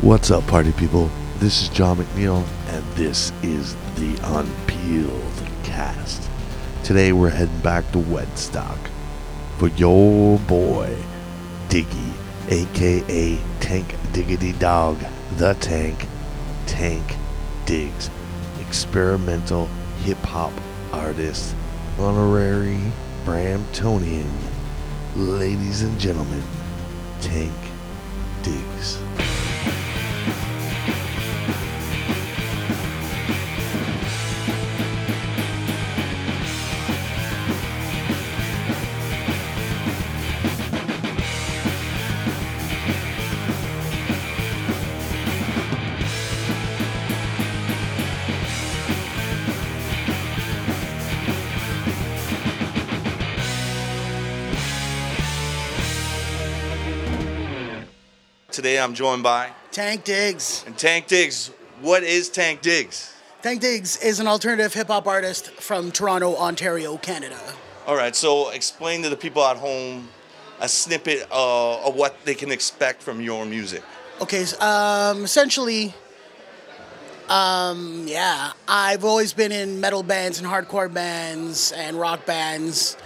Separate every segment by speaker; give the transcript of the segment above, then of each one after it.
Speaker 1: What's up, party people? This is John McNeil, and this is the Unpeeled Cast. Today we're heading back to Wedstock for your boy, Diggy, aka Tank Diggity Dog, the Tank, Tank Diggs, experimental hip hop artist, honorary Bramptonian. Ladies and gentlemen, Tank Diggs.
Speaker 2: Today I'm joined by
Speaker 3: Tank Diggs.
Speaker 2: and Tank Diggs. What is Tank Diggs?
Speaker 3: Tank Diggs is an alternative hip hop artist from Toronto, Ontario, Canada.
Speaker 2: All right, so explain to the people at home a snippet uh, of what they can expect from your music.
Speaker 3: Okay, s- um, essentially, um, yeah, I've always been in metal bands and hardcore bands and rock bands.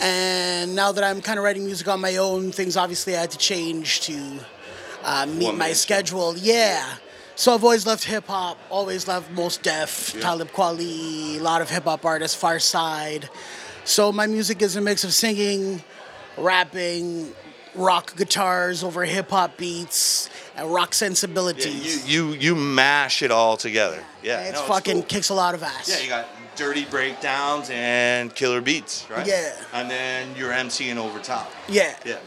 Speaker 3: And now that I'm kind of writing music on my own, things obviously I had to change to uh, meet
Speaker 2: One
Speaker 3: my
Speaker 2: man show.
Speaker 3: schedule. Yeah. So I've always loved hip hop, always loved Most Def, Talib Kweli, a lot of hip hop artists, Far Side. So my music is a mix of singing, rapping, rock guitars over hip hop beats, and rock sensibilities.
Speaker 2: You, you you mash it all together. Yeah,
Speaker 3: it's
Speaker 2: no,
Speaker 3: fucking
Speaker 2: cool.
Speaker 3: kicks a lot of ass.
Speaker 2: Yeah, you got dirty breakdowns and killer beats, right?
Speaker 3: Yeah.
Speaker 2: And then you're MCing over top.
Speaker 3: yeah.
Speaker 2: Yeah.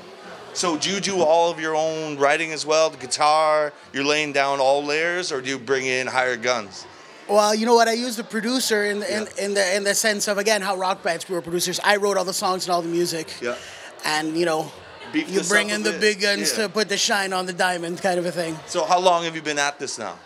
Speaker 2: So do you do all of your own writing as well? The guitar, you're laying down all layers, or do you bring in higher guns?
Speaker 3: Well, you know what? I use the producer in the, in,
Speaker 2: Yeah.
Speaker 3: in the in the sense of again how rock bands we were producers. I wrote all the songs and all the music.
Speaker 2: Yeah.
Speaker 3: And you know,
Speaker 2: Beef
Speaker 3: you
Speaker 2: this
Speaker 3: bring
Speaker 2: up a
Speaker 3: in the
Speaker 2: bit.
Speaker 3: big guns
Speaker 2: Yeah.
Speaker 3: to put the shine on the diamond, kind of a thing.
Speaker 2: So how long have you been at this now?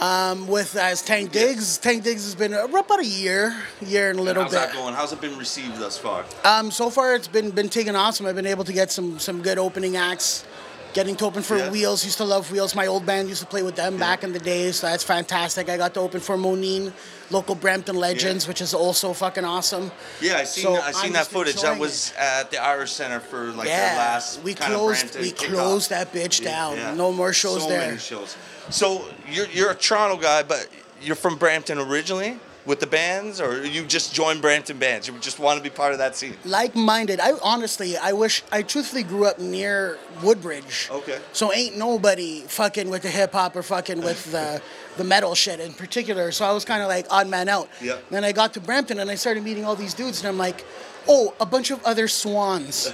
Speaker 3: Um, with as Tank Diggs, Tank Diggs has been uh, about a year, year and a little
Speaker 2: How's
Speaker 3: bit.
Speaker 2: that going? How's it been received thus far?
Speaker 3: Um, so far it's been been taking awesome. I've been able to get some some good opening acts. Getting to open for
Speaker 2: Yeah.
Speaker 3: Wheels, used to love Wheels. My old band used to play with them back in the day, so that's fantastic. I got to open for Monine, local Brampton legends, which is also fucking awesome.
Speaker 2: Yeah, I seen
Speaker 3: So
Speaker 2: I seen
Speaker 3: I'm
Speaker 2: that
Speaker 3: just
Speaker 2: footage. That
Speaker 3: enjoying
Speaker 2: was at the Irish Center for like
Speaker 3: yeah,
Speaker 2: their last
Speaker 3: we
Speaker 2: kind
Speaker 3: closed
Speaker 2: of
Speaker 3: we
Speaker 2: Brampton
Speaker 3: closed
Speaker 2: kickoff.
Speaker 3: that bitch down.
Speaker 2: Yeah.
Speaker 3: No more shows
Speaker 2: so
Speaker 3: there.
Speaker 2: Many shows. So you're you're a Toronto guy, but you're from Brampton originally with the bands, or you just joined Brampton bands? You just want to be part of that scene?
Speaker 3: like-minded. I honestly, I wish I truthfully grew up near Woodbridge.
Speaker 2: Okay.
Speaker 3: So ain't nobody fucking with the hip hop or fucking with the the metal shit in particular. So I was kind of like odd man out.
Speaker 2: Yeah.
Speaker 3: Then I got to Brampton and I started meeting all these dudes and I'm like, oh, a bunch of other swans.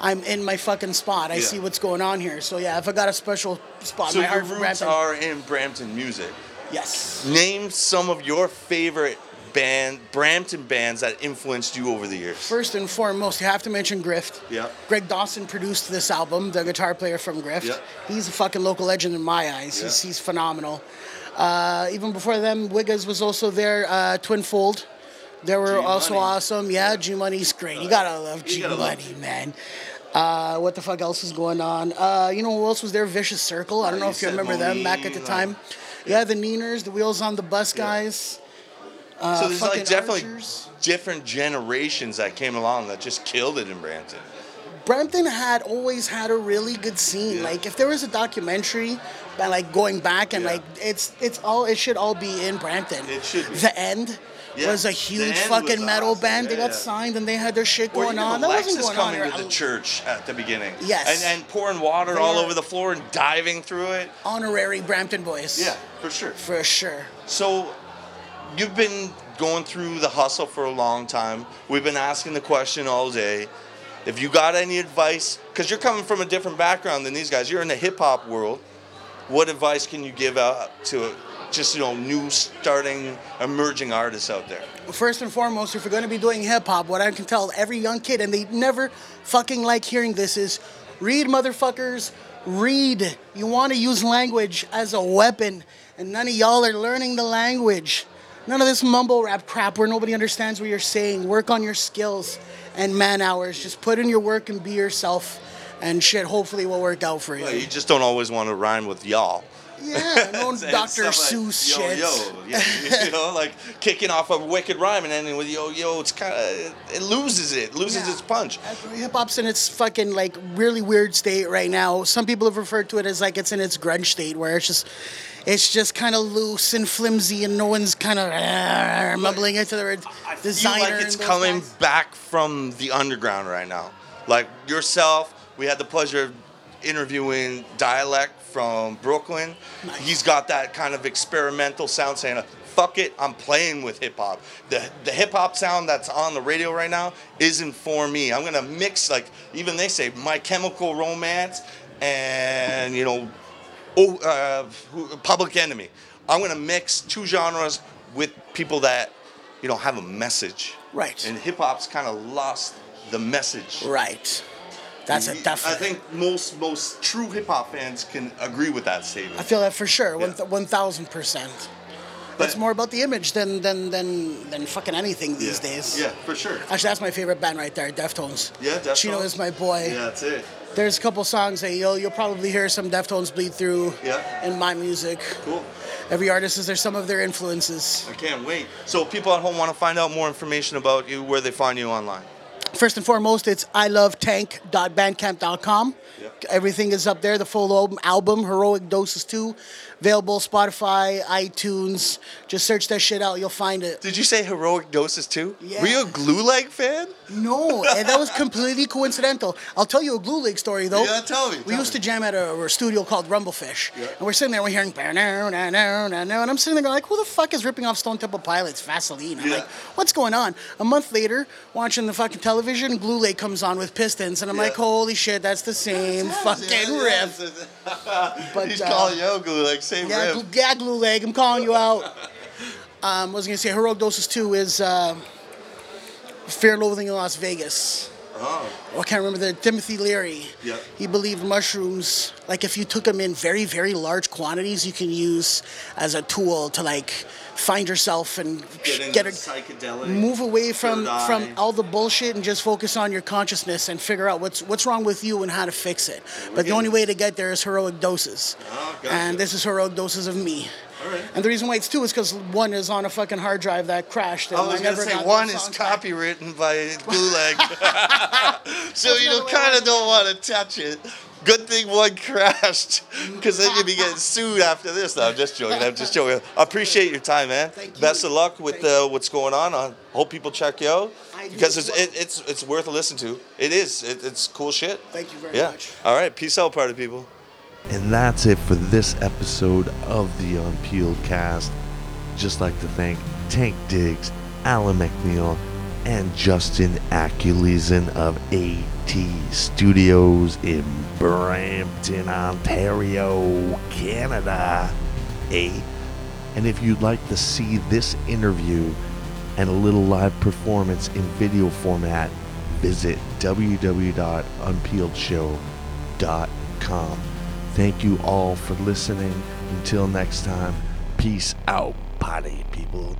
Speaker 3: I'm in my fucking spot. I
Speaker 2: Yeah.
Speaker 3: see what's going on here. So yeah, if I got a special spot,
Speaker 2: So
Speaker 3: in my
Speaker 2: your
Speaker 3: heart for
Speaker 2: roots
Speaker 3: Brampton.
Speaker 2: are in Brampton music.
Speaker 3: yes.
Speaker 2: Name some of your favorite band Brampton bands that influenced you over the years.
Speaker 3: First and foremost, you have to mention Grift.
Speaker 2: Yeah.
Speaker 3: Greg Dawson produced this album, the guitar player from Grift.
Speaker 2: Yeah.
Speaker 3: He's a fucking local legend in my eyes. He's,
Speaker 2: Yeah.
Speaker 3: he's phenomenal. Uh, even before them, Wiggins was also there, uh, Twinfold. They were also
Speaker 2: Money.
Speaker 3: awesome. Yeah, G Money's great. You gotta love
Speaker 2: You
Speaker 3: G
Speaker 2: gotta love
Speaker 3: Money, man. Uh, what the fuck else was going on? Uh, you know who else was there? Vicious Circle. I don't
Speaker 2: Oh,
Speaker 3: know
Speaker 2: you
Speaker 3: if you
Speaker 2: said
Speaker 3: remember them back at the
Speaker 2: Money,
Speaker 3: time. Yeah, the Neeners, the Wheels on the Bus guys.
Speaker 2: so there's
Speaker 3: Uh, fucking
Speaker 2: like definitely
Speaker 3: Archers.
Speaker 2: different generations that came along that just killed it in Brampton.
Speaker 3: Brampton had always had a really good scene.
Speaker 2: Yeah.
Speaker 3: Like if there was a documentary by like going back and
Speaker 2: Yeah.
Speaker 3: like it's it's all it should all be in Brampton.
Speaker 2: It should be.
Speaker 3: The end
Speaker 2: Yeah.
Speaker 3: was
Speaker 2: The
Speaker 3: a
Speaker 2: End
Speaker 3: huge
Speaker 2: was
Speaker 3: fucking metal
Speaker 2: awesome.
Speaker 3: band. they
Speaker 2: Yeah,
Speaker 3: got
Speaker 2: yeah.
Speaker 3: signed and they had their shit
Speaker 2: Or
Speaker 3: going
Speaker 2: even
Speaker 3: on.
Speaker 2: Alexis
Speaker 3: that wasn't going
Speaker 2: coming
Speaker 3: on
Speaker 2: to
Speaker 3: here. Oh.
Speaker 2: the church at the beginning.
Speaker 3: Yes.
Speaker 2: And, and pouring water all
Speaker 3: They are-
Speaker 2: over the floor and diving through it.
Speaker 3: Honorary Brampton boys.
Speaker 2: Yeah, for sure.
Speaker 3: For sure.
Speaker 2: So you've been going through the hustle for a long time. We've been asking the question all day. If you got any advice, because you're coming from a different background than these guys, you're in the hip hop world. What advice can you give out to just you know new starting emerging artists out there?
Speaker 3: First and foremost, if you're going to be doing hip hop, what I can tell every young kid, and they never fucking like hearing this, is read, motherfuckers, read. You want to use language as a weapon, and none of y'all are learning the language. None of this mumble rap crap where nobody understands what you're saying. Work on your skills and man hours. Just put in your work and be yourself. and shit hopefully will work out for you.
Speaker 2: Well, you just don't always want to rhyme with y'all.
Speaker 3: yeah, no
Speaker 2: And
Speaker 3: Dr.
Speaker 2: stuff like,
Speaker 3: Seuss
Speaker 2: yo,
Speaker 3: shit.
Speaker 2: Yo, yeah, you know, like kicking off a wicked rhyme and ending with yo, yo. It's kind of it loses it, loses
Speaker 3: Yeah.
Speaker 2: its punch.
Speaker 3: Hip hop's in its fucking like really weird state right now. Some people have referred to it as like it's in its grunge state, where it's just, it's just kind of loose and flimsy, and no one's kind of mumbling into the word
Speaker 2: I
Speaker 3: designer.
Speaker 2: feel like it's
Speaker 3: and those
Speaker 2: coming
Speaker 3: guys.
Speaker 2: back from the underground right now. Like yourself, we had the pleasure of interviewing Dialect from Brooklyn. He's got that kind of experimental sound saying, fuck it, I'm playing with hip hop. The, the hip hop sound that's on the radio right now isn't for me. I'm going to mix, like, even they say, my chemical romance and, you know, oh, uh, who- Public Enemy. I'm gonna mix two genres with people that, you know, have a message.
Speaker 3: Right.
Speaker 2: And hip hop's kind of lost the message.
Speaker 3: Right. That's a
Speaker 2: I
Speaker 3: definite.
Speaker 2: think most most true hip hop fans can agree with that statement.
Speaker 3: I feel that for sure. One
Speaker 2: Yeah.
Speaker 3: th- One thousand percent.
Speaker 2: But-
Speaker 3: It's more about the image than than than than fucking anything
Speaker 2: yeah.
Speaker 3: these days.
Speaker 2: Yeah, for sure.
Speaker 3: Actually, that's my favorite band right there, Deftones.
Speaker 2: Yeah, Deftones.
Speaker 3: Chino is my boy.
Speaker 2: Yeah, that's it.
Speaker 3: There's a couple songs that you'll you'll probably hear some Deftones bleed through
Speaker 2: Yeah.
Speaker 3: in my music.
Speaker 2: Cool.
Speaker 3: Every artist is there some of their influences.
Speaker 2: I can't wait. So if people at home want to find out more information about you, where they find you online.
Speaker 3: First and foremost, it's I love tank.bandcamp.com.
Speaker 2: Yeah.
Speaker 3: Everything is up there. The full album, album Heroic Doses 2, available Spotify, iTunes. Just search that shit out. You'll find it.
Speaker 2: Did you say heroic doses too?
Speaker 3: Yeah.
Speaker 2: Were you a glue leg fan?
Speaker 3: No, and that was completely coincidental. I'll tell you a Glue League story though.
Speaker 2: Yeah, tell me,
Speaker 3: We
Speaker 2: tell
Speaker 3: used
Speaker 2: me.
Speaker 3: to jam at a, a studio called Rumblefish, and we're sitting there, we're hearing "Bah, no, no, no, no, no," and I'm sitting there going like, "Who the fuck is ripping off Stone Temple Pilots Vaseline?" I'm
Speaker 2: Yeah.
Speaker 3: like, "What's going on?" A month later, watching the fucking television, Glue League comes on with Pistons, and I'm
Speaker 2: Yeah.
Speaker 3: like, "Holy shit, that's the same fucking riff." But,
Speaker 2: But, He's
Speaker 3: uh,
Speaker 2: calling you a glue leg, same
Speaker 3: Yeah,
Speaker 2: riff.
Speaker 3: glue, yeah, glue leg. I'm calling you out. Um, I was gonna say Heroic Doses Two is uh, Fear and Loathing in Las Vegas. Oh. I can't remember the Timothy Leary.
Speaker 2: Yeah.
Speaker 3: He believed mushrooms, like if you took them in very, very large quantities, you can use as a tool to like find yourself and
Speaker 2: get into
Speaker 3: get
Speaker 2: the
Speaker 3: a,
Speaker 2: psychedelic.
Speaker 3: move away from
Speaker 2: third eye.
Speaker 3: from all the bullshit and just focus on your consciousness and figure out what's what's wrong with you and how to fix it. But the
Speaker 2: getting-
Speaker 3: only way to get there is heroic doses.
Speaker 2: Oh, gotcha.
Speaker 3: And this is heroic doses of me.
Speaker 2: All right.
Speaker 3: And the reason why it's two is because one is on a fucking hard drive that crashed. And
Speaker 2: I was gonna
Speaker 3: never
Speaker 2: say
Speaker 3: got
Speaker 2: one
Speaker 3: the
Speaker 2: is
Speaker 3: song back.
Speaker 2: copywritten by Gulag, so you
Speaker 3: another way
Speaker 2: kind
Speaker 3: around.
Speaker 2: of don't want to touch it. Good thing one crashed, because then you'd be getting sued after this. No, I'm just joking. I'm just joking. I appreciate your time, man.
Speaker 3: Thank you.
Speaker 2: Best of luck with
Speaker 3: Thank you.
Speaker 2: uh, what's going on. I hope people check you out
Speaker 3: I do
Speaker 2: because
Speaker 3: as
Speaker 2: it's,
Speaker 3: well.
Speaker 2: it, it's it's worth a listen to. It is. It, it's cool shit.
Speaker 3: Thank you very
Speaker 2: Yeah.
Speaker 3: much.
Speaker 2: All right. Peace out, party people.
Speaker 1: And that's it for this episode of the Unpeeled Cast. Just like to thank Tank Diggs, Alan McNeil, and Justin Aculesen of AT Studios in Brampton, Ontario, Canada. Eh? And if you'd like to see this interview and a little live performance in video format, visit www.unpeeledshow.com. Thank you all for listening. Until next time, peace out, potty people.